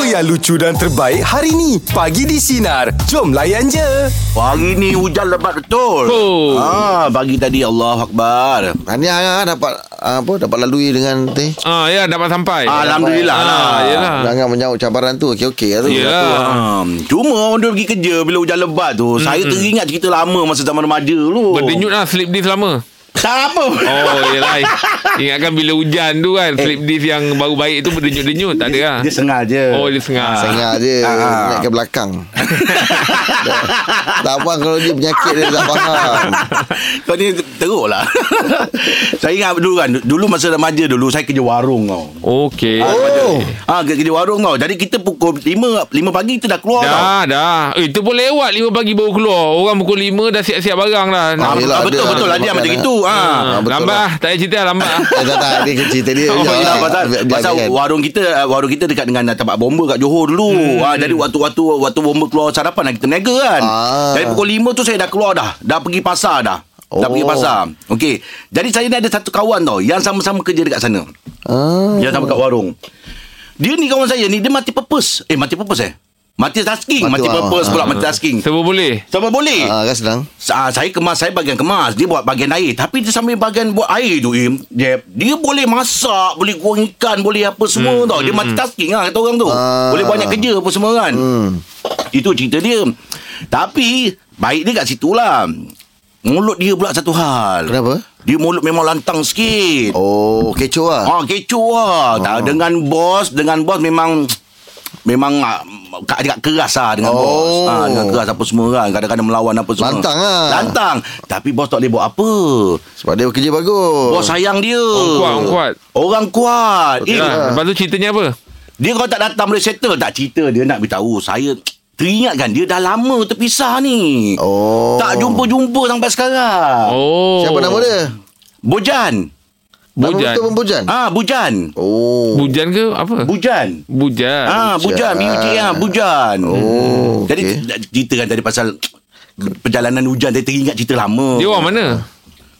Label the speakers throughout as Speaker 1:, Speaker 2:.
Speaker 1: yang lucu dan terbaik hari ni. Pagi di Sinar. Jom layan je.
Speaker 2: Pagi ni hujan lebat betul.
Speaker 3: Oh.
Speaker 2: Ah, pagi tadi Allah Akbar.
Speaker 4: Tahniah lah dapat apa dapat lalui dengan teh.
Speaker 3: Ah ya dapat sampai.
Speaker 2: Alhamdulillah
Speaker 3: Ah,
Speaker 2: lah.
Speaker 3: yelah.
Speaker 4: Jangan menyambut cabaran tu. Okey-okey lah tu.
Speaker 3: Ya.
Speaker 2: Ah, cuma orang dia pergi kerja bila hujan lebat tu. Mm-hmm. Saya teringat cerita lama masa zaman remaja dulu.
Speaker 3: Berdenyut lah slip disc lama.
Speaker 2: Tak apa.
Speaker 3: Oh yelah Ingatkan bila hujan tu kan Slip disc yang baru baik tu Berdenyut-denyut Tak ada lah
Speaker 2: Dia sengaja.
Speaker 3: Oh dia sengaja
Speaker 4: Sengah dia
Speaker 2: Ah.
Speaker 4: naik ke belakang. tak faham kalau dia penyakit dia tak faham.
Speaker 2: Kau ni teruk lah. saya ingat dulu kan. Dulu masa remaja dulu saya kerja warung tau.
Speaker 3: Okey
Speaker 4: Oh.
Speaker 2: Ah, kerja kerja warung tau. Jadi kita pukul 5 5 pagi kita dah keluar tau.
Speaker 3: Dah dah Eh itu pun lewat 5 pagi baru keluar Orang pukul 5 dah siap-siap barang dah
Speaker 2: Ah,
Speaker 4: Ah, yelah,
Speaker 2: betul
Speaker 4: ada-
Speaker 2: betul lah
Speaker 4: ada
Speaker 2: dia macam
Speaker 4: makanan.
Speaker 2: itu. Ah.
Speaker 4: Ah, betul
Speaker 3: Lambat
Speaker 4: lah.
Speaker 3: lah Tak payah cerita lah lambat lah
Speaker 4: Eh, tak tak dia kecil cerita dia.
Speaker 2: Oh,
Speaker 4: je
Speaker 2: yelah,
Speaker 4: lah.
Speaker 2: pasal,
Speaker 4: Biar- biar-
Speaker 2: pasal
Speaker 4: biarkan.
Speaker 2: warung kita uh, warung kita dekat dengan uh, tempat bomba kat Johor dulu. Hmm. Ha, jadi waktu-waktu waktu bomba keluar sarapan lah kita meniaga kan.
Speaker 4: Ah.
Speaker 2: Dari pukul 5 tu saya dah keluar dah. Dah pergi pasar dah. Oh. Dah
Speaker 4: Oh.
Speaker 2: pergi pasar. Okey. Jadi saya ni ada satu kawan tau yang sama-sama kerja dekat sana.
Speaker 4: Ah.
Speaker 2: Yang sama kat warung. Dia ni kawan saya ni dia mati purpose. Eh mati purpose eh. Mati tasking,
Speaker 4: Mati
Speaker 2: mati,
Speaker 4: awal.
Speaker 2: purpose pula
Speaker 4: Ah.
Speaker 2: mati tasking.
Speaker 3: Semua boleh
Speaker 2: Sama boleh.
Speaker 4: Ah, kan senang.
Speaker 2: Ah, saya kemas saya bagian kemas dia buat bagian air tapi dia sambil bagian buat air tu Im dia dia boleh masak boleh goreng ikan boleh apa semua hmm, tau dia multitasking lah kata orang tu
Speaker 4: Ah.
Speaker 2: boleh banyak kerja apa semua kan
Speaker 4: Hmm.
Speaker 2: itu cerita dia tapi baik dia kat situ lah mulut dia pula satu hal
Speaker 4: Kenapa?
Speaker 2: dia mulut memang lantang sikit
Speaker 4: Oh, kecoh lah.
Speaker 2: Ah, kecoh lah.
Speaker 4: Ah.
Speaker 2: Tak, dengan bos, dengan bos memang memang ah, kat dekat keras lah dengan
Speaker 4: Oh.
Speaker 2: bos. Ah, dengan keras apa semua kan. Kadang-kadang melawan apa semua.
Speaker 4: Lantang lah.
Speaker 2: Lantang. Tapi bos tak boleh buat apa.
Speaker 4: Sebab dia kerja bagus.
Speaker 2: Bos sayang dia.
Speaker 3: Orang kuat, orang kuat.
Speaker 2: Orang kuat. Eh,
Speaker 3: Ya, Lepas tu ceritanya apa
Speaker 2: dia kalau tak datang boleh settle tak cerita dia nak beritahu saya teringatkan dia dah lama terpisah ni.
Speaker 4: Oh.
Speaker 2: Tak jumpa-jumpa sampai sekarang.
Speaker 3: Oh
Speaker 4: Siapa nama dia?
Speaker 2: Bojan.
Speaker 4: Nama
Speaker 3: Bujan.
Speaker 4: betul pun Bujan.
Speaker 2: Ah, Bujan.
Speaker 4: Oh.
Speaker 3: Bujan ke apa
Speaker 2: Bujan.
Speaker 3: Bujan
Speaker 2: Ah, bujan, BUJ ah, bujan. Hmm.
Speaker 4: Oh,
Speaker 2: Jadi
Speaker 4: okey.
Speaker 2: nak cerita kan tadi pasal perjalanan hujan saya teringat cerita lama.
Speaker 3: Dia orang mana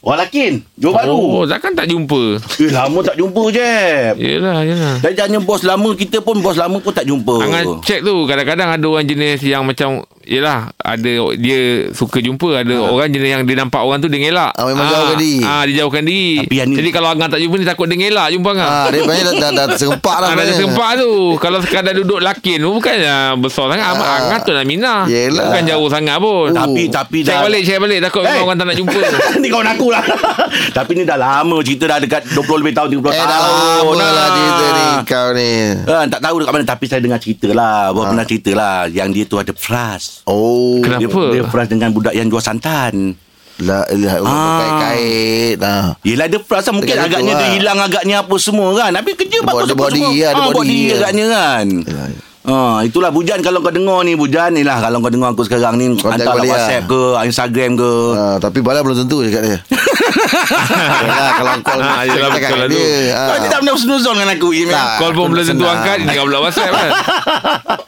Speaker 2: Orang Lakin, Johor Baru.
Speaker 3: Oh takkan tak jumpa
Speaker 2: Eh, lama tak jumpa je.
Speaker 3: Yelah yelah
Speaker 2: Dan jangan bos lama kita pun bos lama pun tak jumpa.
Speaker 4: Oh.
Speaker 3: Angan check tu Kadang-kadang ada orang jenis Yang macam Yelah Ada Dia suka jumpa Ada orang jenis Yang dia nampak orang tu Dia ngelak
Speaker 4: Ah, memang jauhkan diri.
Speaker 3: ah, Dia jauhkan diri
Speaker 2: Tapi yang ni-
Speaker 3: Jadi kalau Angan tak jumpa Dia takut dia ngelak Jumpa Angan
Speaker 4: Ah, dia banyak dah, dah, dah serempak
Speaker 3: Ah,
Speaker 4: lah.
Speaker 3: dah
Speaker 4: sebenarnya.
Speaker 3: sempat tu Kalau sekadar duduk lakin tu Bukannya besar sangat Amat
Speaker 4: Ah.
Speaker 3: Angan tu nak minah
Speaker 4: Yelah.
Speaker 3: Bukan jauh sangat pun
Speaker 2: tapi
Speaker 4: Oh.
Speaker 2: tapi
Speaker 3: Check
Speaker 2: dah
Speaker 3: balik Check balik Takut
Speaker 2: Eh.
Speaker 3: memang orang tak nak jumpa
Speaker 2: ni kawan aku lah Tapi ni dah lama cerita dah dekat 20 lebih tahun 30 tahun
Speaker 4: Eh, dah lama lah cerita ni
Speaker 3: Ah.
Speaker 4: kau ni.
Speaker 2: ha, Tak tahu dekat mana Tapi saya dengar cerita lah Bawa
Speaker 4: Ah.
Speaker 2: pernah cerita lah Yang dia tu ada fras
Speaker 4: Oh.
Speaker 3: Kenapa?
Speaker 2: Dia, dia fras dengan budak yang jual santan
Speaker 4: La ilaha
Speaker 2: Ah.
Speaker 4: illallah lah, oh, kait-kait. Ah.
Speaker 2: Yelah dia frust lah Mungkin
Speaker 4: Dekat situ
Speaker 2: agaknya dia
Speaker 4: lah.
Speaker 2: hilang Agaknya apa semua kan Tapi kerja
Speaker 4: Dia
Speaker 2: bagus
Speaker 4: buat- dia
Speaker 2: apa
Speaker 4: buat
Speaker 2: semua
Speaker 4: diri lah, dia
Speaker 2: Ah,
Speaker 4: buat
Speaker 2: buat
Speaker 4: diri
Speaker 2: diri
Speaker 4: lah.
Speaker 2: agaknya kan
Speaker 4: Yelah.
Speaker 2: Ha, itulah Bujan kalau kau dengar ni Bujan ni lah kalau kau dengar aku sekarang ni
Speaker 4: Kontak
Speaker 2: hantar
Speaker 4: balik lah.
Speaker 2: WhatsApp ke Instagram ke
Speaker 4: Ah, tapi bala belum tentu cakap dia. Yalah, kalau kau
Speaker 3: Ah, yelah,
Speaker 4: cakap
Speaker 3: betul lah tu.
Speaker 4: dia. ah.
Speaker 2: kau ni tak pernah senuzon dengan aku ya? Im
Speaker 4: Tak.
Speaker 3: Call pun
Speaker 4: Aku
Speaker 3: belum tentu
Speaker 4: senang.
Speaker 3: angkat Dia pula whatsapp kan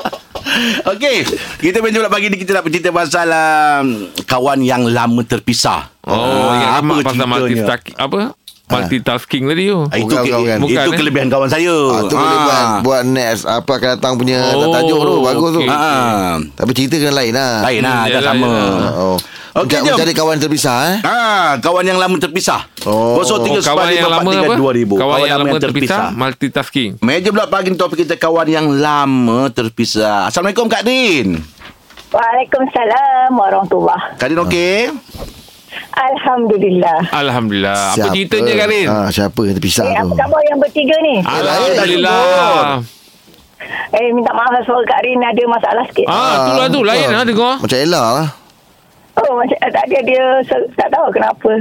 Speaker 2: Okey kita main pula pagi ni kita nak bercerita pasal um, kawan yang lama terpisah
Speaker 3: Oh
Speaker 2: Ah,
Speaker 3: ingat amat pasal
Speaker 2: ceritanya?
Speaker 3: multitasking Apa
Speaker 4: Ah.
Speaker 3: Multitasking tadi tu
Speaker 2: Ah, itu
Speaker 4: Bukan,
Speaker 2: ke,
Speaker 4: bukan,
Speaker 3: bukan.
Speaker 2: itu
Speaker 3: Bukan, eh?
Speaker 2: kelebihan kawan saya
Speaker 4: Ah, tu boleh
Speaker 2: Ah.
Speaker 4: buat, buat next apa akan datang punya
Speaker 3: Oh,
Speaker 4: tajuk tu bagus tu.
Speaker 3: okey.
Speaker 2: Ah.
Speaker 4: Tapi cerita kena lain lah.
Speaker 2: Lain lah
Speaker 3: Hmm,
Speaker 2: Dah
Speaker 3: yelah,
Speaker 2: sama
Speaker 3: yelah.
Speaker 4: Oh.
Speaker 2: Okey,
Speaker 4: Okay,
Speaker 2: jom.
Speaker 4: Mencari kawan terpisah eh.
Speaker 2: Ah, kawan yang lama terpisah.
Speaker 3: Oh,
Speaker 4: Oh.
Speaker 3: kawan yang lama apa?
Speaker 2: 2000.
Speaker 3: Kawan, yang lama terpisah, multitasking.
Speaker 2: Meja pula pagi ni topik kita kawan yang lama terpisah. Assalamualaikum Kak Din.
Speaker 5: Waalaikumsalam warahmatullahi
Speaker 2: Kak Din okey?
Speaker 5: Alhamdulillah.
Speaker 3: Alhamdulillah. Apa ceritanya Karin?
Speaker 4: Ah, siapa yang terpisah
Speaker 5: Eh,
Speaker 4: tu?
Speaker 5: apa khabar yang bertiga ni?
Speaker 3: Ah.
Speaker 4: Ah.
Speaker 3: Alhamdulillah.
Speaker 5: Eh, minta maaf lah suara Kak Rin ada masalah sikit.
Speaker 3: Ah, tu lah tu lain
Speaker 4: betul.
Speaker 3: ah dengar.
Speaker 4: Macam Ella lah.
Speaker 5: Oh, macam eh, tak ada dia se- tak tahu kenapa.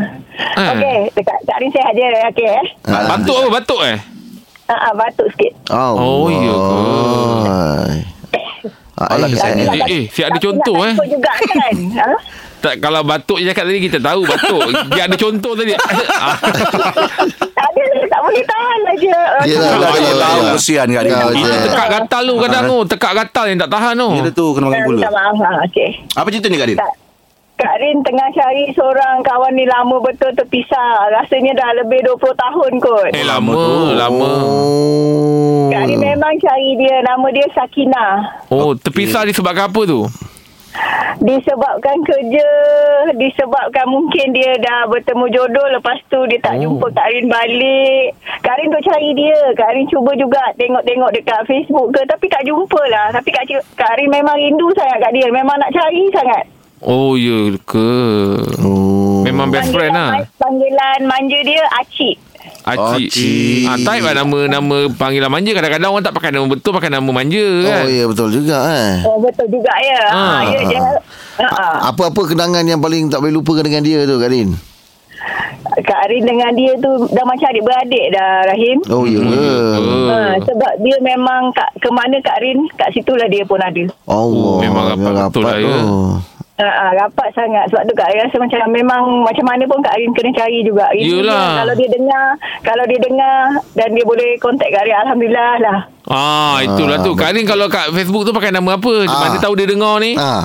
Speaker 3: Eh.
Speaker 5: Okey, dekat Kak Rin sihat je. Okey eh.
Speaker 3: Batuk apa batuk eh?
Speaker 5: Ha ah, batuk sikit.
Speaker 4: Oh,
Speaker 3: Oh, ya ke?
Speaker 4: Ah, eh,
Speaker 5: Tak
Speaker 4: eh,
Speaker 5: adalah
Speaker 3: eh, eh, siap ada
Speaker 5: tapi
Speaker 3: contoh,
Speaker 5: nak
Speaker 3: eh.
Speaker 5: takut juga kan. ha?
Speaker 3: Tak kalau batuk je cakap tadi kita tahu batuk. Dia ada contoh tadi. Ah,
Speaker 5: Tak ada, tak boleh tahan Ah, aja.
Speaker 4: Yelah,
Speaker 2: Kalau
Speaker 4: yelah,
Speaker 2: dia
Speaker 4: yelah,
Speaker 2: tahu
Speaker 4: yelah.
Speaker 2: kesian Kak Din.
Speaker 4: Kau
Speaker 2: Ah,
Speaker 4: je.
Speaker 3: tekak gatal tu kadang tu, tekak gatal yang tak tahan tu.
Speaker 2: Dia tu kena makan
Speaker 5: Eh,
Speaker 2: gula.
Speaker 5: Minta maaf. Ha, okey.
Speaker 2: Apa cerita ni Kak Din?
Speaker 5: Tak. Kak Rin tengah cari seorang kawan ni lama betul terpisah. Rasanya dah lebih 20 tahun kot.
Speaker 3: Eh lama tu Lama
Speaker 4: Oh.
Speaker 5: Kak Rin memang cari dia. Nama dia Sakinah.
Speaker 3: Oh terpisah disebabkan apa tu
Speaker 5: Disebabkan kerja Disebabkan mungkin dia dah bertemu jodoh Lepas tu dia tak
Speaker 3: Oh.
Speaker 5: oh. jumpa Kak Rin balik Kak Rin duk cari dia Kak Rin cuba juga tengok-tengok dekat Facebook ke Tapi tak jumpa lah Tapi Kak, Ci- Kak Rin memang rindu sangat kat dia Memang nak cari sangat
Speaker 3: Oh ya ke
Speaker 4: Oh.
Speaker 3: Memang best friend lah
Speaker 5: Panggilan manja dia Acik
Speaker 3: Acik
Speaker 4: Acik.
Speaker 3: ah, Type lah nama Nama panggilan manja Kadang-kadang orang tak pakai nama betul Pakai nama manja kan
Speaker 4: Oh ya betul juga eh.
Speaker 5: Oh betul juga ya ha.
Speaker 3: Ah.
Speaker 5: Ya dia ha.
Speaker 4: Apa-apa kenangan yang paling tak boleh lupakan dengan dia tu Kak Rin?
Speaker 5: Kak Rin dengan dia tu Dah macam adik-beradik dah Rahim
Speaker 4: Oh ya ke?
Speaker 3: Oh.
Speaker 5: Ha, sebab dia memang kat, ke mana Kak Rin, kat situlah dia pun ada.
Speaker 4: Allah.
Speaker 3: Oh, memang rapat betul lah, ya.
Speaker 4: tu.
Speaker 5: Ha, ha, rapat sangat. Sebab tu Kak Rin rasa macam memang macam mana pun Kak Rin kena cari juga. Ini
Speaker 3: Yelah.
Speaker 5: dia, Kalau dia dengar, kalau dia dengar dan dia boleh kontak Kak Rin, Alhamdulillah lah.
Speaker 3: Ah itulah
Speaker 4: Ah,
Speaker 3: tu Kak Rin kalau kat Facebook tu Pakai nama apa ah.
Speaker 4: Ah.
Speaker 3: Mana tahu dia dengar ni ah.
Speaker 4: Ah,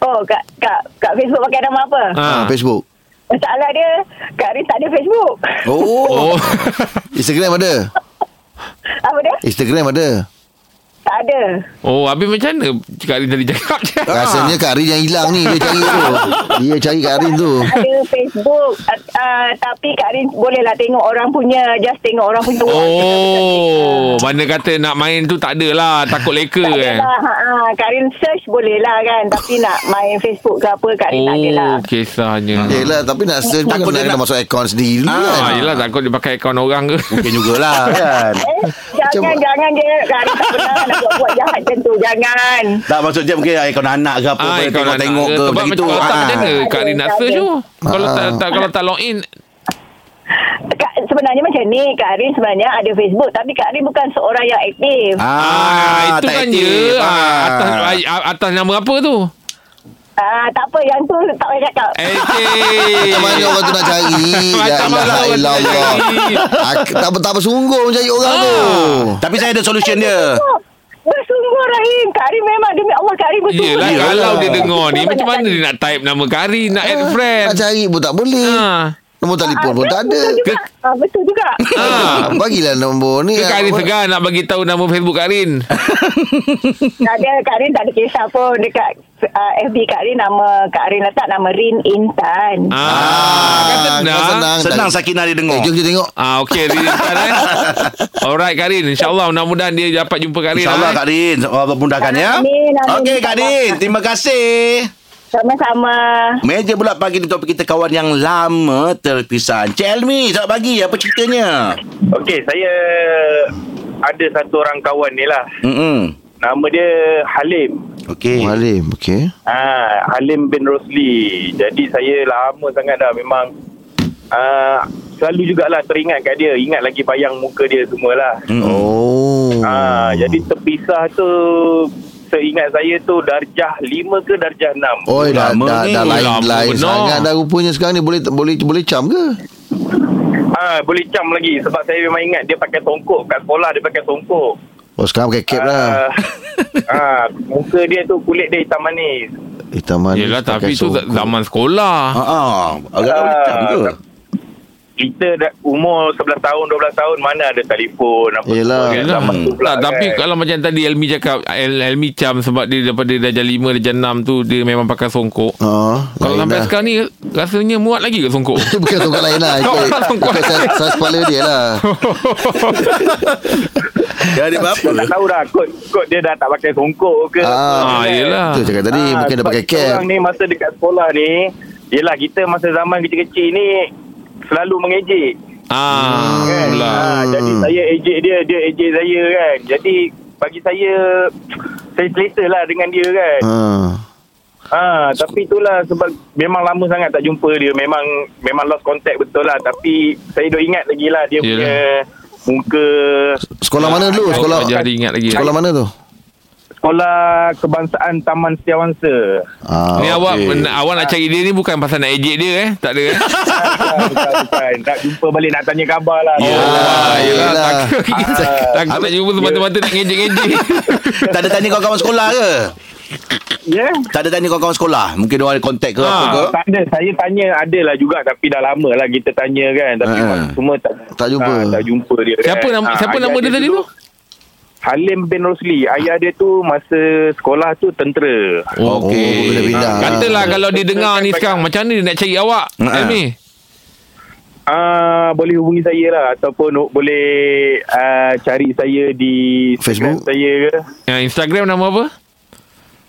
Speaker 5: Oh, Kak, Kak, Kak Facebook pakai nama apa? Ha.
Speaker 4: ah. Facebook.
Speaker 5: Masalah dia, Kak Rin tak ada Facebook.
Speaker 4: Oh.
Speaker 3: Oh
Speaker 4: Instagram ada.
Speaker 5: Apa dia?
Speaker 4: Instagram ada.
Speaker 5: Tak ada.
Speaker 3: Oh habis macam mana Kak Rin tadi cakap je
Speaker 4: Rasanya Kak Rin yang hilang ni Dia cari tu Dia cari Kak Rin tu
Speaker 5: Ada Facebook. Uh, uh, tapi Kak Rin bolehlah tengok orang punya. Just tengok orang punya.
Speaker 3: Oh Mana kata nak main tu Tak adalah Takut leka
Speaker 5: Tak
Speaker 3: kan
Speaker 5: adalah, ha, ha. Kak Rin search boleh lah kan Tapi nak main Facebook ke apa Kak Rin tak lah. adalah
Speaker 3: Oh kisahnya
Speaker 4: Yelah tapi nak search pun
Speaker 2: Takut dia
Speaker 4: Takut kena
Speaker 2: nak-
Speaker 4: masuk akaun sendiri dulu kan
Speaker 3: Ah, yelah takut dia pakai akaun orang ke
Speaker 4: Mungkin jugalah kan
Speaker 5: Eh, jangan,
Speaker 4: Macam-
Speaker 5: jangan je Kak Rin tak pernah nak buat-buat jahat macam tu Jangan
Speaker 2: Tak maksud dia mungkin ikon anak ke apa
Speaker 3: Ah,
Speaker 2: boleh
Speaker 3: kalau
Speaker 2: tengok-tengok
Speaker 3: nak-
Speaker 2: ke
Speaker 3: Sebab
Speaker 2: macam Ah. itu.
Speaker 3: Kalau tak macam mana Kak Rina
Speaker 5: Ada,
Speaker 3: search
Speaker 5: ada.
Speaker 3: tu Kalau
Speaker 4: Ah.
Speaker 3: tak, tak kalau tak log in
Speaker 5: Kak, Sebenarnya macam ni Kak Rin sebenarnya ada Facebook Tapi Kak Rin bukan seorang yang aktif
Speaker 2: Ah,
Speaker 3: ah, Itu
Speaker 2: tak
Speaker 3: kan
Speaker 2: aktif.
Speaker 3: je ah,
Speaker 2: Ah.
Speaker 3: atas, ah, atas nama apa tu
Speaker 5: ah, Tak apa yang tu tak payah cakap
Speaker 3: Eh
Speaker 4: Macam mana orang tu nak cari Ya La
Speaker 3: Macam mana orang
Speaker 4: ilaha
Speaker 3: tu nak
Speaker 4: illallah
Speaker 3: cari? Ah.
Speaker 4: Ak- Tak tak bersungguh mencari orang tu
Speaker 2: Tapi saya ada solution dia.
Speaker 5: Oh, Bersungguh Rahim Kak Rin memang demi Allah Kak Rin bersungguh
Speaker 3: Yelah
Speaker 2: Yelah.
Speaker 3: kalau dia dengar ni Macam mana dia nak type nama Kari Nak add friend
Speaker 4: Ah, Nak cari pun tak boleh
Speaker 3: Ah.
Speaker 4: Nombor telefon
Speaker 5: Ah,
Speaker 4: pun tak ada
Speaker 5: betul juga. Ah, Betul juga
Speaker 3: Ah.
Speaker 4: Ah, Bagilah nombor ni
Speaker 3: Ke Kak Rin
Speaker 4: Apa-
Speaker 3: segar nak bagi tahu nama Facebook Kak Rin
Speaker 5: Tak ada Kak Rin tak ada kisah pun Dekat uh, FB Kak Rin Nama Kak Rin letak Nama Rin Intan
Speaker 3: ah,
Speaker 4: Ah,
Speaker 3: Kan
Speaker 4: kau
Speaker 3: senang
Speaker 2: Senang
Speaker 4: tak-
Speaker 2: Sakinah dia
Speaker 4: Eh,
Speaker 2: dengar.
Speaker 4: jom kita tengok
Speaker 3: Ah, okay Rin kan eh Alright Kak Rin InsyaAllah mudah-mudahan dia dapat jumpa ah. Kak Rin
Speaker 2: InsyaAllah Kak Rin Allah mudahkan ya
Speaker 5: Amin, amin.
Speaker 2: Okey Kak Rin Terima kasih
Speaker 5: Sama-sama
Speaker 2: Meja pula pagi ni topik kita kawan yang lama terpisah Cik Elmi selamat pagi apa ceritanya
Speaker 6: Okey, saya ada satu orang kawan ni lah.
Speaker 2: Mm-mm.
Speaker 6: Nama dia Halim.
Speaker 2: Okey
Speaker 4: Mualim Okay
Speaker 6: Ha, Halim bin Rosli. Jadi saya lama sangat dah memang uh, selalu jugalah teringat kat dia. Ingat lagi bayang muka dia semualah.
Speaker 2: Mm-mm.
Speaker 4: Oh
Speaker 6: Ha, jadi terpisah tu seingat saya tu darjah 5 ke darjah 6.
Speaker 4: Oi dah
Speaker 2: Lama
Speaker 4: dah,
Speaker 2: ni.
Speaker 4: dah lain
Speaker 3: Lama
Speaker 4: lain
Speaker 3: benar.
Speaker 4: sangat dah rupanya sekarang ni boleh boleh boleh cam ke?
Speaker 6: Ha, boleh cam lagi sebab saya memang ingat dia pakai tongkok kat sekolah dia pakai tongkok.
Speaker 4: Oh sekarang pakai cap lah.
Speaker 6: Ah, ah, muka dia tu kulit dia hitam manis.
Speaker 4: Hitam manis.
Speaker 3: Yelah
Speaker 4: pakai
Speaker 3: tapi tu
Speaker 4: songkok.
Speaker 3: zaman sekolah
Speaker 2: Ha ah, agak
Speaker 6: Ah,
Speaker 2: macam tu.
Speaker 6: tak- kita dah umur 11 tahun 12 tahun mana ada telefon apa
Speaker 4: Yelah.
Speaker 6: semua kan
Speaker 3: Yelah.
Speaker 6: zaman tu pula
Speaker 3: Tak, tapi
Speaker 6: kan.
Speaker 3: kalau macam tadi Elmi cakap El, Elmi cam sebab dia daripada darjah 5 darjah 6 tu dia memang pakai songkok.
Speaker 4: Ha. Oh,
Speaker 3: Kalau sampai sekarang ni rasanya muat lagi ke songkok?
Speaker 4: Itu bukan songkok lain lah Itu
Speaker 3: Bukan songkok
Speaker 4: Bukan saiz, saiz kepala dia lah
Speaker 2: Dia ada apa?
Speaker 6: tak tahu dah kot, kot dia dah tak pakai songkok ke kan? Ah,
Speaker 4: Ah,
Speaker 3: Ah, yelah.
Speaker 4: Itu cakap tadi Mungkin dia
Speaker 6: sebab
Speaker 4: pakai
Speaker 6: kita
Speaker 4: cap
Speaker 6: orang ni masa dekat sekolah ni yelah kita masa zaman kecil-kecil ni selalu mengejek
Speaker 3: ah,
Speaker 6: kan
Speaker 3: lah.
Speaker 6: Ah, jadi
Speaker 4: Hmm.
Speaker 6: saya ejek dia dia ejek saya kan jadi bagi saya saya selesa lah dengan dia kan
Speaker 4: Ha.
Speaker 6: Ha, tapi itulah sebab memang lama sangat tak jumpa dia. Memang memang lost contact betul lah. Tapi saya duk ingat lagi lah dia
Speaker 3: Yelah.
Speaker 6: punya muka
Speaker 4: Sekolah mana dulu Sekolah
Speaker 3: Sekolah jadi ingat lagi.
Speaker 4: Sekolah mana tu
Speaker 6: sekolah kebangsaan Taman Setiawangsa.
Speaker 4: ah,
Speaker 3: Ni
Speaker 4: okey.
Speaker 3: awak men- awak nak cari dia ni bukan pasal nak ejek dia eh. Tak ada eh.
Speaker 6: bukan, bukan, bukan. Tak jumpa balik nak tanya khabar lah.
Speaker 4: Ya. Yelah,
Speaker 3: Ah, yelah.
Speaker 4: yelah. Ah.
Speaker 3: Takut, takut nak jumpa semata-mata nak ngejek-ngejek.
Speaker 2: Tak ada tanya kawan-kawan sekolah ke?
Speaker 7: Ya yeah.
Speaker 2: Tak ada tanya kawan-kawan sekolah Mungkin dia ada kontak ke
Speaker 3: Ha.
Speaker 2: apa
Speaker 4: Ah.
Speaker 2: ke
Speaker 7: Tak ada Saya tanya ada lah juga Tapi dah lama lah kita tanya kan Tapi
Speaker 2: Ha.
Speaker 7: uh, semua tak,
Speaker 4: Ah. Tak jumpa.
Speaker 7: Ah, tak jumpa dia
Speaker 3: Siapa
Speaker 7: kan.
Speaker 3: nama
Speaker 7: Ah,
Speaker 3: siapa
Speaker 7: ayah
Speaker 3: nama dia tadi
Speaker 7: dulu
Speaker 3: tu?
Speaker 7: Halim bin Rosli Ayah dia tu Masa sekolah tu tentera
Speaker 2: Okey.
Speaker 4: Oh, boleh pindah.
Speaker 3: Ah, Katalah kan. kalau dia dengar ni sekarang macam mana dia nak cari awak?
Speaker 2: Ha.
Speaker 3: Helmi.
Speaker 7: Ah uh, boleh hubungi saya lah ataupun o- boleh uh, cari saya di Instagram
Speaker 4: Facebook?
Speaker 7: saya ke
Speaker 3: Ya, Instagram nama apa?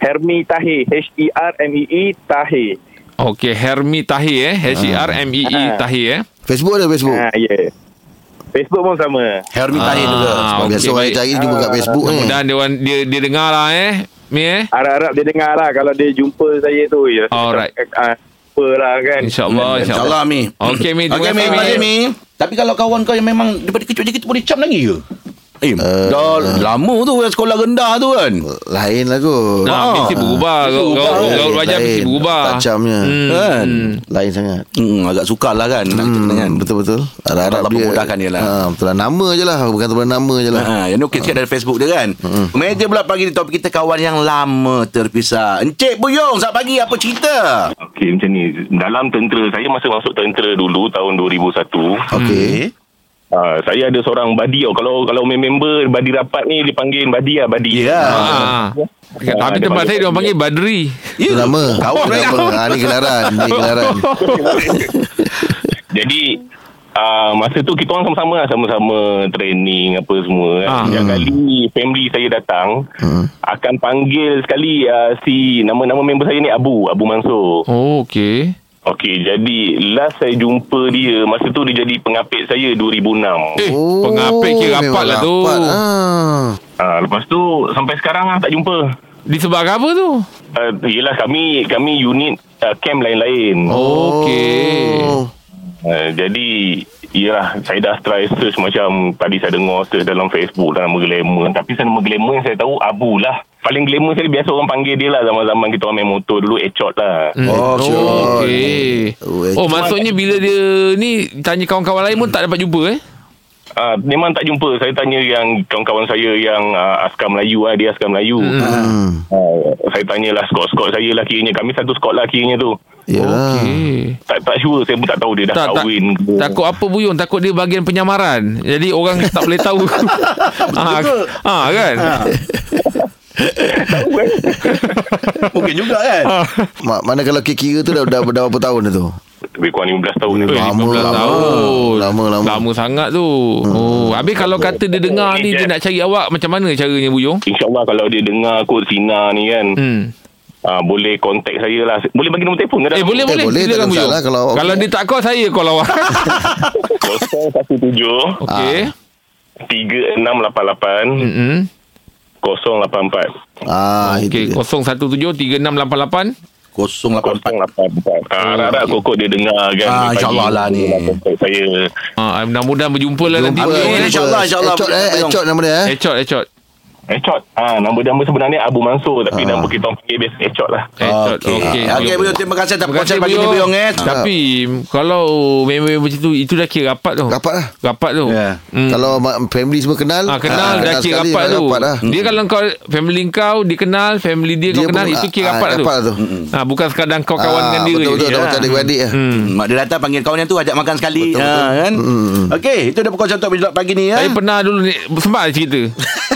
Speaker 7: Hermi Tahir H E R M E E Tahir.
Speaker 3: Okey, Hermi Tahir eh. H E R M E E
Speaker 7: Ha.
Speaker 3: Tahir eh.
Speaker 4: Facebook ada Facebook.
Speaker 7: Ah ya. Yeah. Facebook pun sama.
Speaker 2: Hermi Tahir
Speaker 3: Ah,
Speaker 2: juga
Speaker 3: okey,
Speaker 4: Biasa orang
Speaker 3: baik.
Speaker 4: cari jumpa kat Facebook ni.
Speaker 3: Dan dia orang- dia dia dengar lah eh. Mi eh.
Speaker 7: Harap-harap dia dengar lah kalau dia jumpa saya tu. Ya,
Speaker 3: Alright.
Speaker 7: Ah, apa lah
Speaker 3: Hmm.
Speaker 7: kan.
Speaker 3: InsyaAllah
Speaker 4: Hmm.
Speaker 2: InsyaAllah Mi
Speaker 3: insyaAllah. Okey, Mi. Terima
Speaker 2: Okey Mi
Speaker 3: kasih, Mi.
Speaker 2: Terima kasih Mi Tapi kalau kawan kau yang memang Daripada kecil je kita boleh cam lagi ke Eh, dah lama tu yang sekolah rendah tu kan.
Speaker 4: Lain lah kot.
Speaker 2: Ah.
Speaker 3: Nah, mesti berubah. Gaul
Speaker 2: berubah,
Speaker 3: gaul-
Speaker 2: eh.
Speaker 3: gaul wajah mesti
Speaker 4: Oh. Lain. ya.
Speaker 3: berubah. Hmm.
Speaker 4: Tajamnya.
Speaker 2: Kan?
Speaker 4: Lain sangat.
Speaker 2: Hmm, agak sukar lah kan. Nak kita kan.
Speaker 4: Hmm, betul-betul. Harap-harap
Speaker 2: Allah memudahkan dia lah.
Speaker 4: Ha, betul lah. Nama je lah. Bukan tu nama je lah.
Speaker 2: Ha, yang ni okey sikit dari Facebook dia kan. Meja pula pagi ni topik kita kawan yang lama terpisah. Encik Buyong, selamat pagi apa cerita?
Speaker 6: Okey macam ni Dalam tentera Saya masa masuk tentera dulu Tahun
Speaker 2: Ah.
Speaker 6: 2001
Speaker 2: Hmm.
Speaker 4: Okey.
Speaker 6: uh, Saya ada seorang badi oh. Kalau kalau member Badi rapat ni Dipanggil badi lah Badi
Speaker 2: Ya.
Speaker 3: Ah.
Speaker 6: Ah,
Speaker 3: Tapi
Speaker 6: dia
Speaker 3: tempat
Speaker 6: panggil
Speaker 3: saya dia orang
Speaker 6: Badri.
Speaker 3: panggil Badri.
Speaker 4: Itu nama.
Speaker 2: Kawan
Speaker 4: Itu
Speaker 2: nama.
Speaker 4: nama. Ha, ni gelaran. Ni gelaran.
Speaker 6: Jadi uh, Masa tu kita orang sama-sama lah Sama-sama training Apa semua kan.
Speaker 3: Ah.
Speaker 6: Yang kali Family saya datang Akan panggil sekali uh, Si Nama-nama member saya ni Abu Abu Mansur
Speaker 3: Oh, okey.
Speaker 6: Okey jadi Last saya jumpa dia Masa tu dia jadi pengapit saya 2006
Speaker 3: Eh, pengapit kira rapat
Speaker 4: Oh, memang
Speaker 3: lah tu.
Speaker 4: rapat. Ha.
Speaker 6: Ah, lepas tu sampai sekarang lah tak jumpa.
Speaker 3: Disebabkan apa tu?
Speaker 6: Uh, yelah kami kami unit uh, camp lain-lain. Oh.
Speaker 3: Okey.
Speaker 4: Oh.
Speaker 6: Uh, jadi yelah saya dah try search macam tadi saya dengar search dalam Facebook dalam nama glamour tapi saya nama glamour yang saya tahu Abu lah. Paling glamour saya biasa orang panggil dia lah zaman-zaman kita orang main motor dulu Echot lah. Hmm.
Speaker 4: Oh, sure.
Speaker 3: Okey.
Speaker 4: Oh, eh,
Speaker 3: Oh, maksudnya bila dia ni tanya kawan-kawan lain pun tak dapat jumpa eh?
Speaker 6: Uh, memang tak jumpa. Saya tanya yang kawan-kawan saya yang uh, askar Melayu lah. Dia askar Melayu. Hmm.
Speaker 4: Hmm.
Speaker 6: Uh, saya tanyalah skot-skot saya lah kiranya. Kami satu skot lah kiranya tu.
Speaker 4: Yalah.
Speaker 3: Okey.
Speaker 6: tak tak sure saya pun tak tahu dia dah
Speaker 3: Tak, tak.
Speaker 6: kahwin ke.
Speaker 3: Takut apa Buyung? Takut dia bahagian penyamaran. Jadi orang tak boleh tahu. ha, ha, kan?
Speaker 4: Ah,
Speaker 2: Mungkin juga kan.
Speaker 4: Ma- mana kalau kira-kira tu dah, dah, dah berapa tahun dah tu?
Speaker 6: lebih kurang 15 tahun
Speaker 3: Eh,
Speaker 6: tu.
Speaker 4: Lama,
Speaker 3: 15
Speaker 4: lama.
Speaker 3: tahun.
Speaker 4: Lama, lama. Hmm.
Speaker 3: Lama sangat tu. Oh, habis kalau kata dia dengar ni dia nak cari awak macam mana caranya Buyung?
Speaker 6: InsyaAllah kalau dia dengar kot Sina ni kan hmm.
Speaker 3: Hmm.
Speaker 6: uh, Boleh contact saya lah Boleh bagi nombor telefon ke
Speaker 3: Eh boleh boleh,
Speaker 4: boleh, tak ada
Speaker 3: silakan Buyung.
Speaker 4: masalah
Speaker 3: Kalau,
Speaker 4: kalau-
Speaker 3: kalau dia tak call saya call awak.
Speaker 6: 017
Speaker 3: Okey.
Speaker 6: 3688
Speaker 3: Hmm.
Speaker 6: 084
Speaker 4: Ah,
Speaker 3: Okey
Speaker 4: itu dia.
Speaker 3: 01736688.
Speaker 2: 084.
Speaker 6: 084 Ah, Harap-harap
Speaker 3: okey.
Speaker 6: kokok dia dengar kan
Speaker 2: Hmm. Ah,
Speaker 6: Pagi
Speaker 2: insyaAllah lah ni.
Speaker 6: dia contact Saya
Speaker 3: Ha, mudah-mudahan berjumpa lah nanti.
Speaker 4: Jumpa,
Speaker 3: Buyung,
Speaker 2: Amin,
Speaker 3: eh.
Speaker 2: insyaAllah, insyaAllah.
Speaker 4: Ecot eh, Ecot nama dia eh.
Speaker 3: Ecot, ecot.
Speaker 6: Echot ah, Nombor nama sebenarnya Abu Mansur
Speaker 2: Ah.
Speaker 6: Tapi nama kita orang panggil biasa Echot lah
Speaker 3: Ecot. Eh, Okey.
Speaker 4: Ah,
Speaker 2: Okey, Buyong terima kasih atas perkongsian pagi ni Buyong eh.
Speaker 3: Tapi kalau memang macam tu itu dah kira rapat tu.
Speaker 4: Rapat lah.
Speaker 3: Rapat tu.
Speaker 2: Ya.
Speaker 3: Hmm.
Speaker 4: Kalau ma- family semua kenal
Speaker 3: Ah, kenal
Speaker 4: ah,
Speaker 3: dah kira
Speaker 4: sekali,
Speaker 3: rapat tu. Hmm.
Speaker 4: lah.
Speaker 3: Dia kalau kau family kau dia kenal, family dia, kau
Speaker 4: Dia
Speaker 3: kenal
Speaker 4: pun,
Speaker 3: itu
Speaker 4: ah,
Speaker 3: kira rapat tu.
Speaker 4: rapat tu.
Speaker 3: Ha, bukan sekadar kau kawan
Speaker 4: Ah,
Speaker 3: dengan dia
Speaker 4: Betul betul
Speaker 3: je.
Speaker 4: betul
Speaker 3: Ya.
Speaker 4: macam adik-beradik ah.
Speaker 2: Hmm. Mak dia datang panggil kawan yang tu ajak makan sekali betul, ha, kan. Hmm. Okey, itu dah perkongsian untuk bijak pagi ni ya.
Speaker 3: Saya pernah dulu ni Sempat ada cerita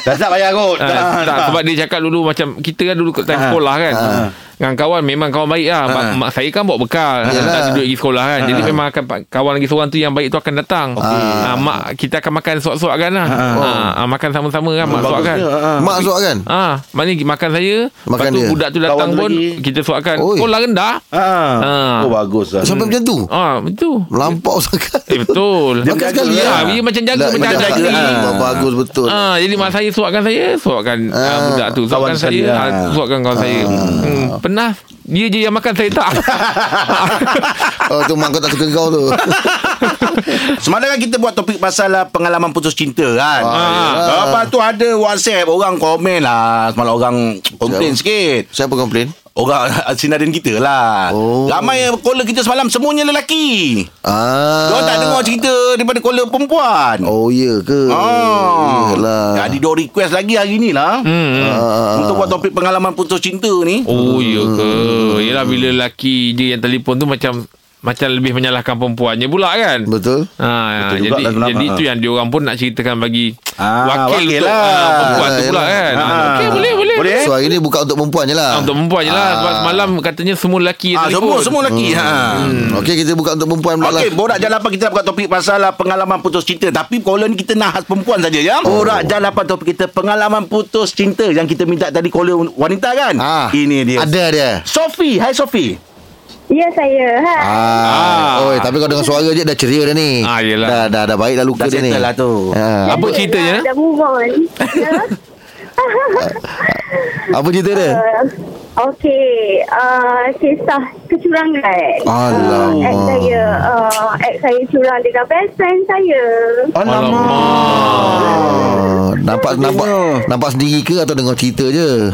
Speaker 2: Dah Ah, tak payah kot.
Speaker 3: ha, tak, Sebab dia cakap dulu Macam kita kan dulu Kat time
Speaker 2: Ah,
Speaker 3: sekolah kan
Speaker 2: ah.
Speaker 3: Dengan kawan Memang kawan baik lah mak,
Speaker 2: Ah.
Speaker 3: mak saya kan bawa bekal
Speaker 4: Yalah.
Speaker 3: Tak duduk pergi sekolah kan Jadi memang akan Kawan lagi seorang tu Yang baik tu akan datang ha, Mak kita akan makan Suap-suap kan lah ha, ha, Makan sama-sama kan Mak suap kan
Speaker 4: Mak suak kan?
Speaker 3: Ah, maknanya makan saya Lepas
Speaker 4: Makan
Speaker 3: tu
Speaker 4: dia.
Speaker 3: budak tu datang
Speaker 2: Kawan
Speaker 3: pun
Speaker 2: lagi.
Speaker 3: Kita suapkan
Speaker 4: Oi.
Speaker 3: Sekolah rendah
Speaker 2: Ha.
Speaker 3: Ah.
Speaker 2: Oh bagus lah.
Speaker 4: Sampai macam tu.
Speaker 3: Ah, betul
Speaker 4: Melampau sangat.
Speaker 3: Eh betul
Speaker 4: Dia Makan sekali
Speaker 3: lah.
Speaker 4: lah.
Speaker 3: Dia macam jaga
Speaker 4: Lah,
Speaker 3: Macam
Speaker 4: macam-
Speaker 3: jaga
Speaker 4: Ah, Bagus betul.
Speaker 3: Ah, jadi mak saya suapkan saya, suapkan ah,
Speaker 4: Ah,
Speaker 3: budak tu, suapkan
Speaker 2: kawan sekali,
Speaker 3: saya, ah,
Speaker 2: ah.
Speaker 3: suapkan kawan saya. Hmm, pernah dia je yang makan saya tak.
Speaker 4: Oh tu mak kau tak suka kau tu.
Speaker 2: Semalam kan kita buat topik pasal lah pengalaman putus cinta kan.
Speaker 4: Ah,
Speaker 2: Ha. Lepas tu ada WhatsApp orang komen lah. Semalam orang komplain sikit.
Speaker 4: Siapa komplain?
Speaker 2: Orang sinarin kita lah
Speaker 4: Oh.
Speaker 2: Ramai caller kita semalam Semuanya lelaki
Speaker 4: Ah.
Speaker 2: Diorang tak dengar cerita Daripada caller perempuan
Speaker 4: Oh ya ke?
Speaker 2: Ah.
Speaker 4: Yalah.
Speaker 2: Jadi dia request lagi hari ni lah. Hmm. Untuk buat topik pengalaman putus cinta ni.
Speaker 3: Oh ya ke Yelah bila lelaki dia yang telefon tu macam Macam lebih menyalahkan perempuannya pula kan
Speaker 4: Betul.
Speaker 3: Ha,
Speaker 4: Betul
Speaker 3: jadi
Speaker 4: juga lah kenapa.
Speaker 3: jadi tu yang diorang pun nak ceritakan bagi
Speaker 2: Ah,
Speaker 3: wakil,
Speaker 2: wakil
Speaker 3: untuk
Speaker 2: lah.
Speaker 3: ah, perempuan tu
Speaker 4: Ah,
Speaker 3: pula
Speaker 4: yelah.
Speaker 3: kan. Ah,
Speaker 2: Ah.
Speaker 3: Okey boleh boleh.
Speaker 2: Boleh, eh?
Speaker 4: So hari ni buka untuk perempuan
Speaker 3: Ah,
Speaker 4: je lah.
Speaker 3: untuk perempuan je lah sebab
Speaker 4: Ah.
Speaker 3: semalam katanya semua lelaki yang
Speaker 2: Ah, semua
Speaker 3: telefon.
Speaker 2: semua lelaki. Hmm. Ha.
Speaker 4: Hmm. Okey kita buka untuk perempuan pula
Speaker 2: Okey,
Speaker 4: lah.
Speaker 2: borak jalan apa kita buat topik pasal lah pengalaman putus cinta. Tapi caller ni kita nak khas perempuan saja ya. Borak jalan apa topik kita pengalaman putus cinta yang kita minta tadi caller wanita kan?
Speaker 4: Ah.
Speaker 2: Ini dia.
Speaker 4: Ada dia.
Speaker 2: Sofi, hai Sofi.
Speaker 5: Ya saya. Ha.
Speaker 4: Ah.
Speaker 3: Ah.
Speaker 4: Oi, tapi kau dengar suara je dah ceria dah ni.
Speaker 3: Ah, yelah.
Speaker 4: Dah dah dah baik dah luka
Speaker 2: Dah
Speaker 4: dia ni.
Speaker 2: settle lah tu.
Speaker 4: Ah.
Speaker 3: Apa ceritanya?
Speaker 5: Dah, dah move on. Ya.
Speaker 4: Apa cerita dia?
Speaker 5: Okey, uh, kisah kecurangan.
Speaker 4: Alamak.
Speaker 5: Uh, ex saya, uh, ex saya curang dengan best friend saya.
Speaker 4: Ah, nampak nampak nampak sendiri ke atau dengar cerita je?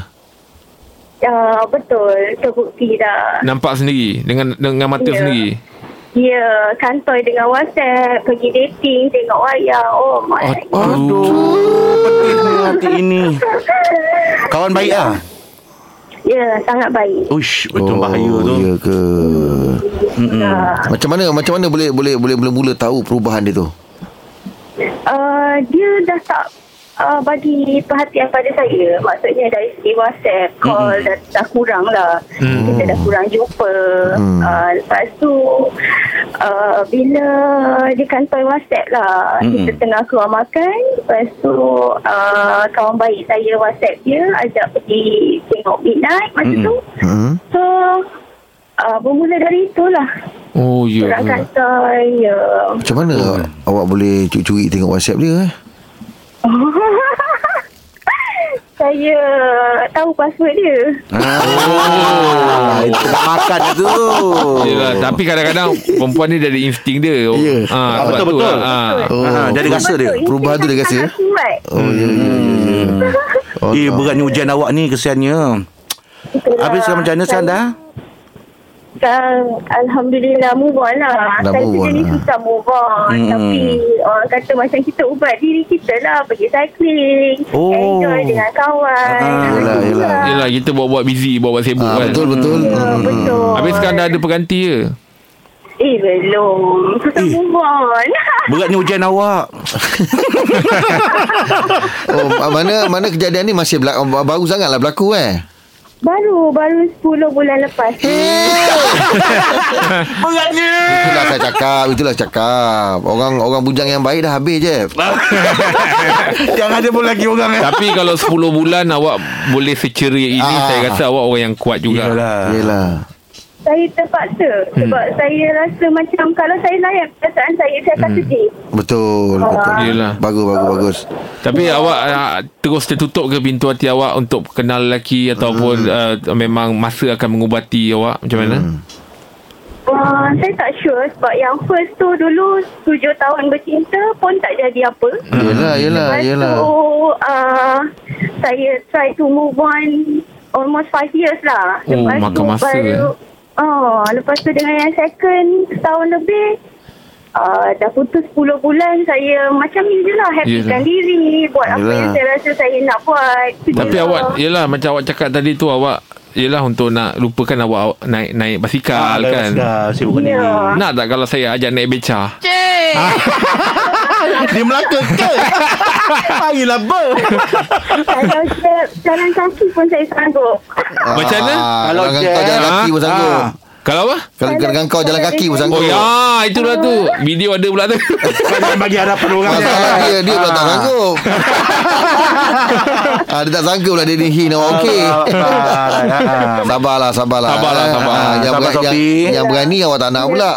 Speaker 5: Uh, betul, terbukti dah.
Speaker 3: Nampak sendiri dengan dengan mata
Speaker 5: Ya.
Speaker 3: sendiri.
Speaker 5: Dia kantoi dengan WhatsApp, pergi dating, tengok wayang. Oh my god.
Speaker 2: Hati Ah, ini. Kawan baik ah.
Speaker 5: Ya, sangat baik.
Speaker 2: Uish, betul oh, bahaya tu.
Speaker 4: Ya ke?
Speaker 5: Uh,
Speaker 4: Macam mana macam mana boleh boleh boleh boleh mula tahu perubahan dia tu?
Speaker 5: uh, dia dah tak uh, bagi perhatian pada saya. Maksudnya dari segi WhatsApp, call dah, dah kurang lah.
Speaker 3: Mm.
Speaker 5: Kita dah kurang jumpa. Uh, lepas tu, uh, bila dia kantoi WhatsApp lah. Kita tengah keluar makan. Lepas tu, uh, kawan baik saya WhatsApp dia ajak pergi tengok midnight masa tu.
Speaker 4: Hmm.
Speaker 5: So, uh, bermula dari itulah.
Speaker 3: Oh ya.
Speaker 5: Orang
Speaker 3: Yeah.
Speaker 5: kantoi, ya.
Speaker 4: Macam mana
Speaker 2: Oh.
Speaker 4: awak boleh curi-curi tengok WhatsApp dia eh?
Speaker 5: Saya tahu password dia.
Speaker 4: Ah, itu nak makan
Speaker 2: lah
Speaker 4: tu.
Speaker 3: Yelah, tapi kadang-kadang perempuan ni dari insting dia.
Speaker 4: Oh. Ya.
Speaker 3: Ah, betul betul. Ah.
Speaker 4: Oh.
Speaker 2: Ha, jadi rasa dia.
Speaker 5: Betul,
Speaker 4: Perubahan tu dia
Speaker 5: insting
Speaker 4: rasa,
Speaker 5: sangat kuat.
Speaker 4: Oh, ya, ya, ya, ya. Oh,
Speaker 2: Mm. Eh, beratnya hujan awak ni kesiannya.
Speaker 5: Itulah.
Speaker 2: Habis sekarang macam mana sekarang dah?
Speaker 5: Kan, Sekarang, Alhamdulillah move on lah.
Speaker 4: Dah
Speaker 5: Saya
Speaker 4: move on
Speaker 5: sendiri
Speaker 4: lah.
Speaker 5: susah move on.
Speaker 2: Hmm.
Speaker 5: Tapi orang kata macam kita ubat diri kita lah. Pergi cycling.
Speaker 2: Oh.
Speaker 5: Enjoy dengan kawan. lah.
Speaker 2: Ah,
Speaker 4: yelah, yelah.
Speaker 3: Yelah, kita buat-buat busy, buat-buat sibuk
Speaker 4: Ah,
Speaker 3: kan.
Speaker 4: betul betul. Mm.
Speaker 5: Ya, betul.
Speaker 3: Habis sekarang dah ada pengganti je.
Speaker 5: Eh, belum. Susah
Speaker 2: Eh.
Speaker 5: move on.
Speaker 2: Beratnya hujan awak.
Speaker 4: Oh, mana mana kejadian ni masih berlaku, baru sangatlah berlaku eh.
Speaker 5: baru, baru 10 bulan lepas.
Speaker 2: Eh. Beratnya.
Speaker 4: Itulah saya cakap, itulah saya cakap. Orang orang bujang yang baik dah habis je.
Speaker 2: Yang ada pun lagi orang eh.
Speaker 3: Tapi kalau 10 bulan awak boleh seceria ini,
Speaker 4: Ah.
Speaker 3: saya rasa awak orang yang kuat juga.
Speaker 4: Yelah.
Speaker 5: Saya terpaksa sebab
Speaker 3: Hmm.
Speaker 5: saya rasa macam kalau saya layan perasaan saya saya
Speaker 3: Hmm.
Speaker 5: akan sedih.
Speaker 4: Betul, betul.
Speaker 3: Yelah.
Speaker 4: Bagus bagus bagus.
Speaker 3: Tapi awak uh, terus tertutup ke pintu hati awak untuk kenal lelaki ataupun
Speaker 4: Hmm.
Speaker 3: uh, memang masa akan mengubati awak macam mana?
Speaker 5: Uh, saya tak sure sebab yang first tu dulu tujuh tahun bercinta pun tak jadi apa.
Speaker 4: Yelah, yelah,
Speaker 3: Ah,
Speaker 5: Lepas
Speaker 4: yelah.
Speaker 5: tu uh, saya try to move on almost five years lah.
Speaker 3: Oh, makan masa,
Speaker 5: Oh, lepas tu dengan yang second setahun lebih Uh, dah putus 10 bulan saya macam ni je lah happykan
Speaker 3: Yelah.
Speaker 5: diri buat apa
Speaker 4: Yelah.
Speaker 5: yang saya rasa saya nak buat Itu je
Speaker 3: Tapi
Speaker 5: lah.
Speaker 3: awak yelah macam awak cakap tadi tu awak yelah untuk nak lupakan awak, awak naik naik basikal kan.
Speaker 2: Sibuk
Speaker 5: Ya.
Speaker 3: Nak tak kalau saya ajak naik beca?
Speaker 2: Dia Melaka ke? Marilah ber.
Speaker 5: Kalau saya jalan kaki pun saya sanggup.
Speaker 3: Macam mana?
Speaker 4: Kalau
Speaker 2: Kalau
Speaker 4: kau
Speaker 2: je-
Speaker 4: Ah, jalan kaki pun sanggup.
Speaker 2: Ah.
Speaker 3: Kalau apa?
Speaker 4: Kalau
Speaker 5: Kalau
Speaker 4: dengan kau jalan
Speaker 5: kalau
Speaker 4: kaki pun
Speaker 5: dia-
Speaker 4: sanggup.
Speaker 3: Oh ya, itulah tu. Video ada pula tu.
Speaker 2: Jangan bagi harapan orang.
Speaker 4: Masalah dia Dia pula tak sanggup ah, Dia tak sanggup lah Dia ni hina
Speaker 3: Ah,
Speaker 4: Okey Sabarlah Sabarlah
Speaker 3: Sabarlah, sabar.
Speaker 4: Ah, yang,
Speaker 2: Sabar,
Speaker 4: berani, yang,
Speaker 2: Sofi.
Speaker 4: yang berani Awak tak nak pula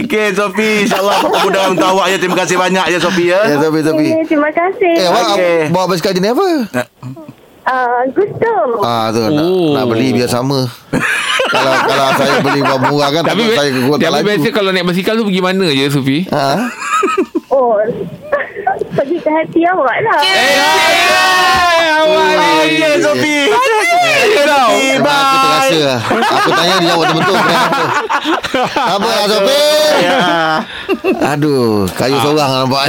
Speaker 2: Okey, Sofi. InsyaAllah apa mudah untuk awak ya. Terima kasih banyak ya, Sofi ya.
Speaker 4: Ya tapi tapi
Speaker 5: Eh, terima kasih.
Speaker 4: Eh awak
Speaker 2: Okey.
Speaker 4: Bawa basikal Geneva
Speaker 5: Uh, Gusto.
Speaker 4: Ah tu nak,
Speaker 3: Oh.
Speaker 4: nak beli biar sama Kalau kalau saya beli murah kan
Speaker 3: tapi
Speaker 4: takut saya kuat tak
Speaker 3: tapi
Speaker 4: laju
Speaker 3: biasa kalau naik basikal tu pergi mana je Sufi?
Speaker 4: Ha?
Speaker 5: Oh. Pergi ke hati awak lah.
Speaker 3: Eh, awak ni.
Speaker 2: Raya Sofi. Raya tau.
Speaker 4: Ah, Aku terasa lah Aku tanya dia jawab betul-betul Kenapa Apa lah Sopir
Speaker 3: Ya.
Speaker 4: Aduh Kayu seorang lah nampak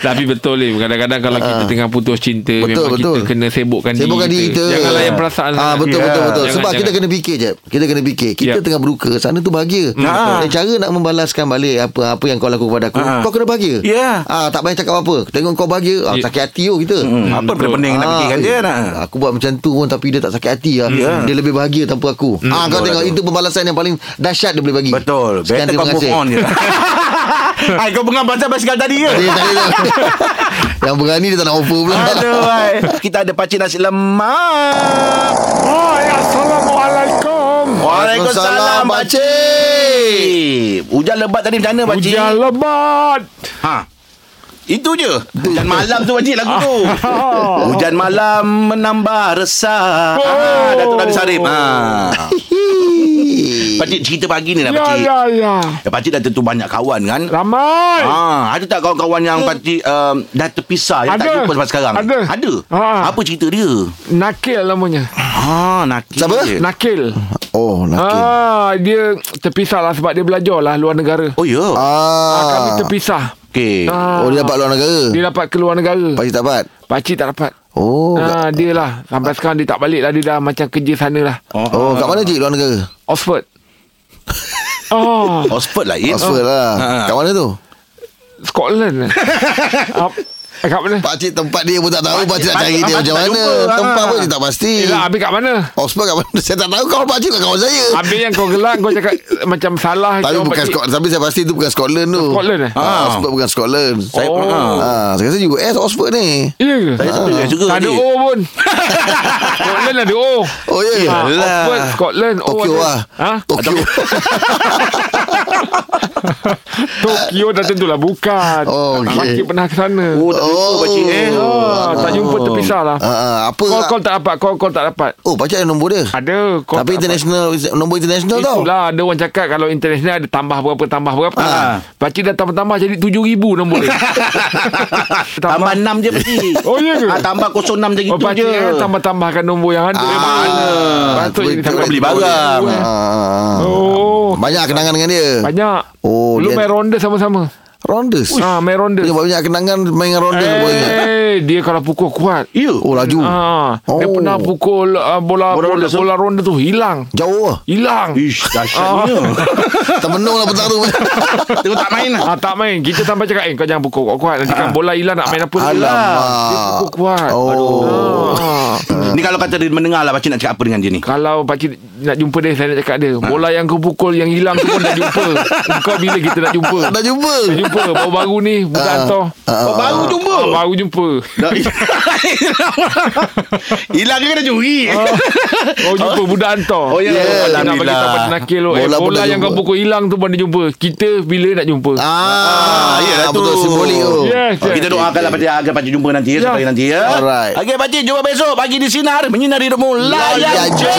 Speaker 3: Tapi betul eh Kadang-kadang kalau kita tengah putus cinta
Speaker 4: Ha. Betul,
Speaker 3: Memang
Speaker 4: betul.
Speaker 3: kita kena sibukkan,
Speaker 4: Sibukkan diri kita
Speaker 3: Janganlah yang perasaan
Speaker 4: ah, Betul betul
Speaker 3: Ya.
Speaker 4: betul Sebab
Speaker 3: Jangan,
Speaker 4: kita
Speaker 3: jangan.
Speaker 4: kena fikir je Kita kena fikir Kita
Speaker 3: Ya. Hmm,
Speaker 4: tengah berduka Sana tu bahagia Dan Cara nak membalaskan balik Apa apa yang kau lakukan pada aku Kau kena bahagia
Speaker 2: Ya.
Speaker 4: ah, Tak payah cakap apa Tengok kau bahagia ah,
Speaker 3: Ya. Hmm.
Speaker 4: Sakit hati tu kita
Speaker 2: Apa benda pening nak
Speaker 4: Ah,
Speaker 2: fikirkan dia kan, Hmm.
Speaker 4: eh,
Speaker 2: nak.
Speaker 4: Aku buat macam tu pun Tapi dia tak sakit hati lah Dia lebih bahagia tanpa aku ah, Kau tengok Itu pembalasan yang paling Dahsyat dia boleh bagi
Speaker 2: Hmm. Betul.
Speaker 4: Sekian,
Speaker 2: Better
Speaker 4: terima
Speaker 2: kau move
Speaker 4: kasih.
Speaker 2: on je. Hai kau pengen pasal basikal tadi ke?
Speaker 4: Dia tak ada. Yang berani dia tak nak offer pula
Speaker 2: Aduh, hai. Kita ada pakcik nasi lemak.
Speaker 3: Hai, Assalamualaikum
Speaker 2: Waalaikumsalam,
Speaker 4: Pakcik
Speaker 2: Eh, hujan lebat tadi macam mana, pakcik?
Speaker 3: Hujan lebat
Speaker 2: Ha. Itu je. Hujan malam tu, pakcik, lagu tu. Hujan malam menambah
Speaker 3: Oh.
Speaker 2: resah. Ah, Datuk Nabi Sarip. Ha. Pakcik, cerita pagi ni lah,
Speaker 3: Ya
Speaker 2: pakcik.
Speaker 3: ya ya
Speaker 2: Ya, pakcik dah tentu banyak kawan, kan?
Speaker 3: Ramai
Speaker 2: Ha, ada tak kawan-kawan yang pakcik um, dah terpisah yang tak
Speaker 3: Hmm. Ada.
Speaker 2: jumpa sampai sekarang?
Speaker 3: Ada.
Speaker 2: Ada.
Speaker 3: Ha.
Speaker 2: Apa cerita dia?
Speaker 3: Nakil namanya
Speaker 2: Ha, nakil.
Speaker 4: Siapa?
Speaker 2: je.
Speaker 3: Nakil
Speaker 4: Oh lelaki
Speaker 3: Ah, Dia terpisah lah Sebab dia belajar lah Luar negara
Speaker 2: Oh, ya.
Speaker 4: ah.
Speaker 3: ah. Kami terpisah
Speaker 2: Okey.
Speaker 3: ah.
Speaker 4: Oh dia dapat luar negara
Speaker 3: Dia dapat keluar negara
Speaker 4: Pakcik tak dapat
Speaker 3: Pakcik tak dapat
Speaker 4: Oh
Speaker 3: Oh,
Speaker 4: kat,
Speaker 3: ah, dia lah Sampai sekarang dia tak balik lah Dia dah macam kerja sana lah
Speaker 4: Oh kat mana cik luar negara
Speaker 3: Oxford Oh
Speaker 2: Oxford lah, Im.
Speaker 4: Oxford lah
Speaker 2: Ha.
Speaker 4: Kat mana tu
Speaker 3: Scotland Up, Kat mana
Speaker 4: Pakcik tempat dia pun tak tahu Pakcik, nak
Speaker 2: pakcik-
Speaker 4: cari dia
Speaker 2: pakcik
Speaker 4: macam
Speaker 2: tak
Speaker 4: mana
Speaker 2: jumpa, ha.
Speaker 4: Tempat pun dia tak pasti
Speaker 3: Yelah habis kat mana
Speaker 4: Oxford kat mana Saya tak tahu kawan pakcik lah kawan saya
Speaker 3: Habis yang kau gelak Kau cakap eh, Macam salah
Speaker 4: Tapi
Speaker 3: Kau
Speaker 4: bukan
Speaker 3: pakcik-
Speaker 4: Scotland Tapi saya pasti tu bukan Scotland tu
Speaker 3: Scotland, eh?
Speaker 4: ha.
Speaker 2: Ah.
Speaker 4: Oxford bukan Scotland Saya
Speaker 2: Oh.
Speaker 4: ha. Saya rasa US Oxford ni
Speaker 3: Ya ke
Speaker 2: Saya suka, saya suka.
Speaker 3: Tak ada
Speaker 2: pakcik.
Speaker 3: O pun Scotland ada O
Speaker 4: Oh ya yeah.
Speaker 3: Ah, Oxford Scotland O
Speaker 4: Tokyo
Speaker 3: ada.
Speaker 4: lah
Speaker 3: ha?
Speaker 4: Tokyo
Speaker 3: Tokyo dah tentulah bukan
Speaker 4: Oh, okey.
Speaker 3: Pakcik pernah ke sana
Speaker 2: Oh, tak jumpa, pakcik, eh.
Speaker 3: Ah, Tak jumpa terpisah lah
Speaker 4: Ah, ah, Apa
Speaker 3: Call call tak dapat Call call tak dapat
Speaker 4: Oh pakcik ada nombor dia
Speaker 3: Ada call
Speaker 4: Tapi
Speaker 3: tak dapat.
Speaker 4: international Nombor international tau
Speaker 3: Ah, Itulah ada orang cakap Kalau international ada tambah berapa Tambah berapa
Speaker 2: Ah.
Speaker 3: ha. Pakcik dah tambah-tambah Jadi 7,000 nombor dia
Speaker 2: Tambah 6 je mesti
Speaker 3: Oh, ya ke?
Speaker 2: ah, Tambah 06 je
Speaker 3: Oh
Speaker 2: gitu je
Speaker 3: pakcik kan tambah-tambahkan nombor yang ada
Speaker 4: Ah.
Speaker 3: Patut
Speaker 4: Betul,
Speaker 3: jadi
Speaker 4: betul.
Speaker 3: tambah
Speaker 2: Beli barang.
Speaker 4: Ah.
Speaker 3: Oh.
Speaker 4: Banyak kenangan dengan dia
Speaker 3: Banyak
Speaker 4: Oh,
Speaker 3: Dulu
Speaker 4: dia-
Speaker 3: main ronda sama-sama
Speaker 4: Rondes
Speaker 3: Ah, main ronda
Speaker 4: Dia banyak kenangan Main dengan rondes hey. ingat.
Speaker 3: Eh, dia kalau pukul kuat
Speaker 2: Ya
Speaker 4: Oh laju
Speaker 3: Ah, oh. Dia
Speaker 4: Oh.
Speaker 3: pernah pukul uh, bola
Speaker 2: Bola
Speaker 3: bola,
Speaker 2: ronda,
Speaker 3: bola,
Speaker 2: so-
Speaker 3: bola ronda tu hilang.
Speaker 4: Jauh lah
Speaker 3: Hilang. Ah.
Speaker 2: Ish
Speaker 3: Oh.
Speaker 2: dahsyatnya
Speaker 4: Termenung lah petang tu
Speaker 2: Tengok tak main lah
Speaker 3: Ah, tak main. Kita sampai cakap, eh kau jangan pukul kuat-kuat. Nanti kan bola hilang nak main apa. Dia pukul
Speaker 4: Ah. Alamak
Speaker 3: kuat.
Speaker 4: Ah. Oh
Speaker 3: Ah.
Speaker 2: Ni kalau kata dia mendengar lah Pakcik nak cakap apa dengan dia ni
Speaker 3: Kalau pakcik nak jumpa dia, saya nak cakap
Speaker 4: Ah.
Speaker 3: dia. Bola yang kau pukul, yang hilang tu pun dah jumpa. Kau bila kita nak jumpa?
Speaker 4: Dah jumpa
Speaker 3: Dah jumpa. Baru-baru ni, budak
Speaker 4: Ah.
Speaker 3: hantar.
Speaker 2: Oh baru jumpa
Speaker 3: Ah, baru jumpa.
Speaker 2: Hilang ke kena curi
Speaker 3: Ah. Baru jumpa budak hantar.
Speaker 2: Oh, ya.
Speaker 3: Pakcik Nak bagi
Speaker 2: Alhamdulillah.
Speaker 3: tahu pasal nakil tu. Eh,
Speaker 4: Bola
Speaker 3: bola,
Speaker 4: pun dah
Speaker 3: yang
Speaker 4: jumpa.
Speaker 3: kau pukul hilang tu pun dah jumpa. Kita bila nak jumpa?
Speaker 4: Ah,
Speaker 2: yelah tu.
Speaker 4: Betul simbolik tu
Speaker 3: Yes, yes.
Speaker 2: Ya, Ah, Kita lah, doakanlah Pakcik Agar Pakcik jumpa nanti ya
Speaker 3: Ya.
Speaker 2: Sampai nanti ya
Speaker 4: Alright.
Speaker 2: Okay Pakcik jumpa besok Pagi di Sinar Menyinari hidupmu Layan
Speaker 4: Layan
Speaker 2: je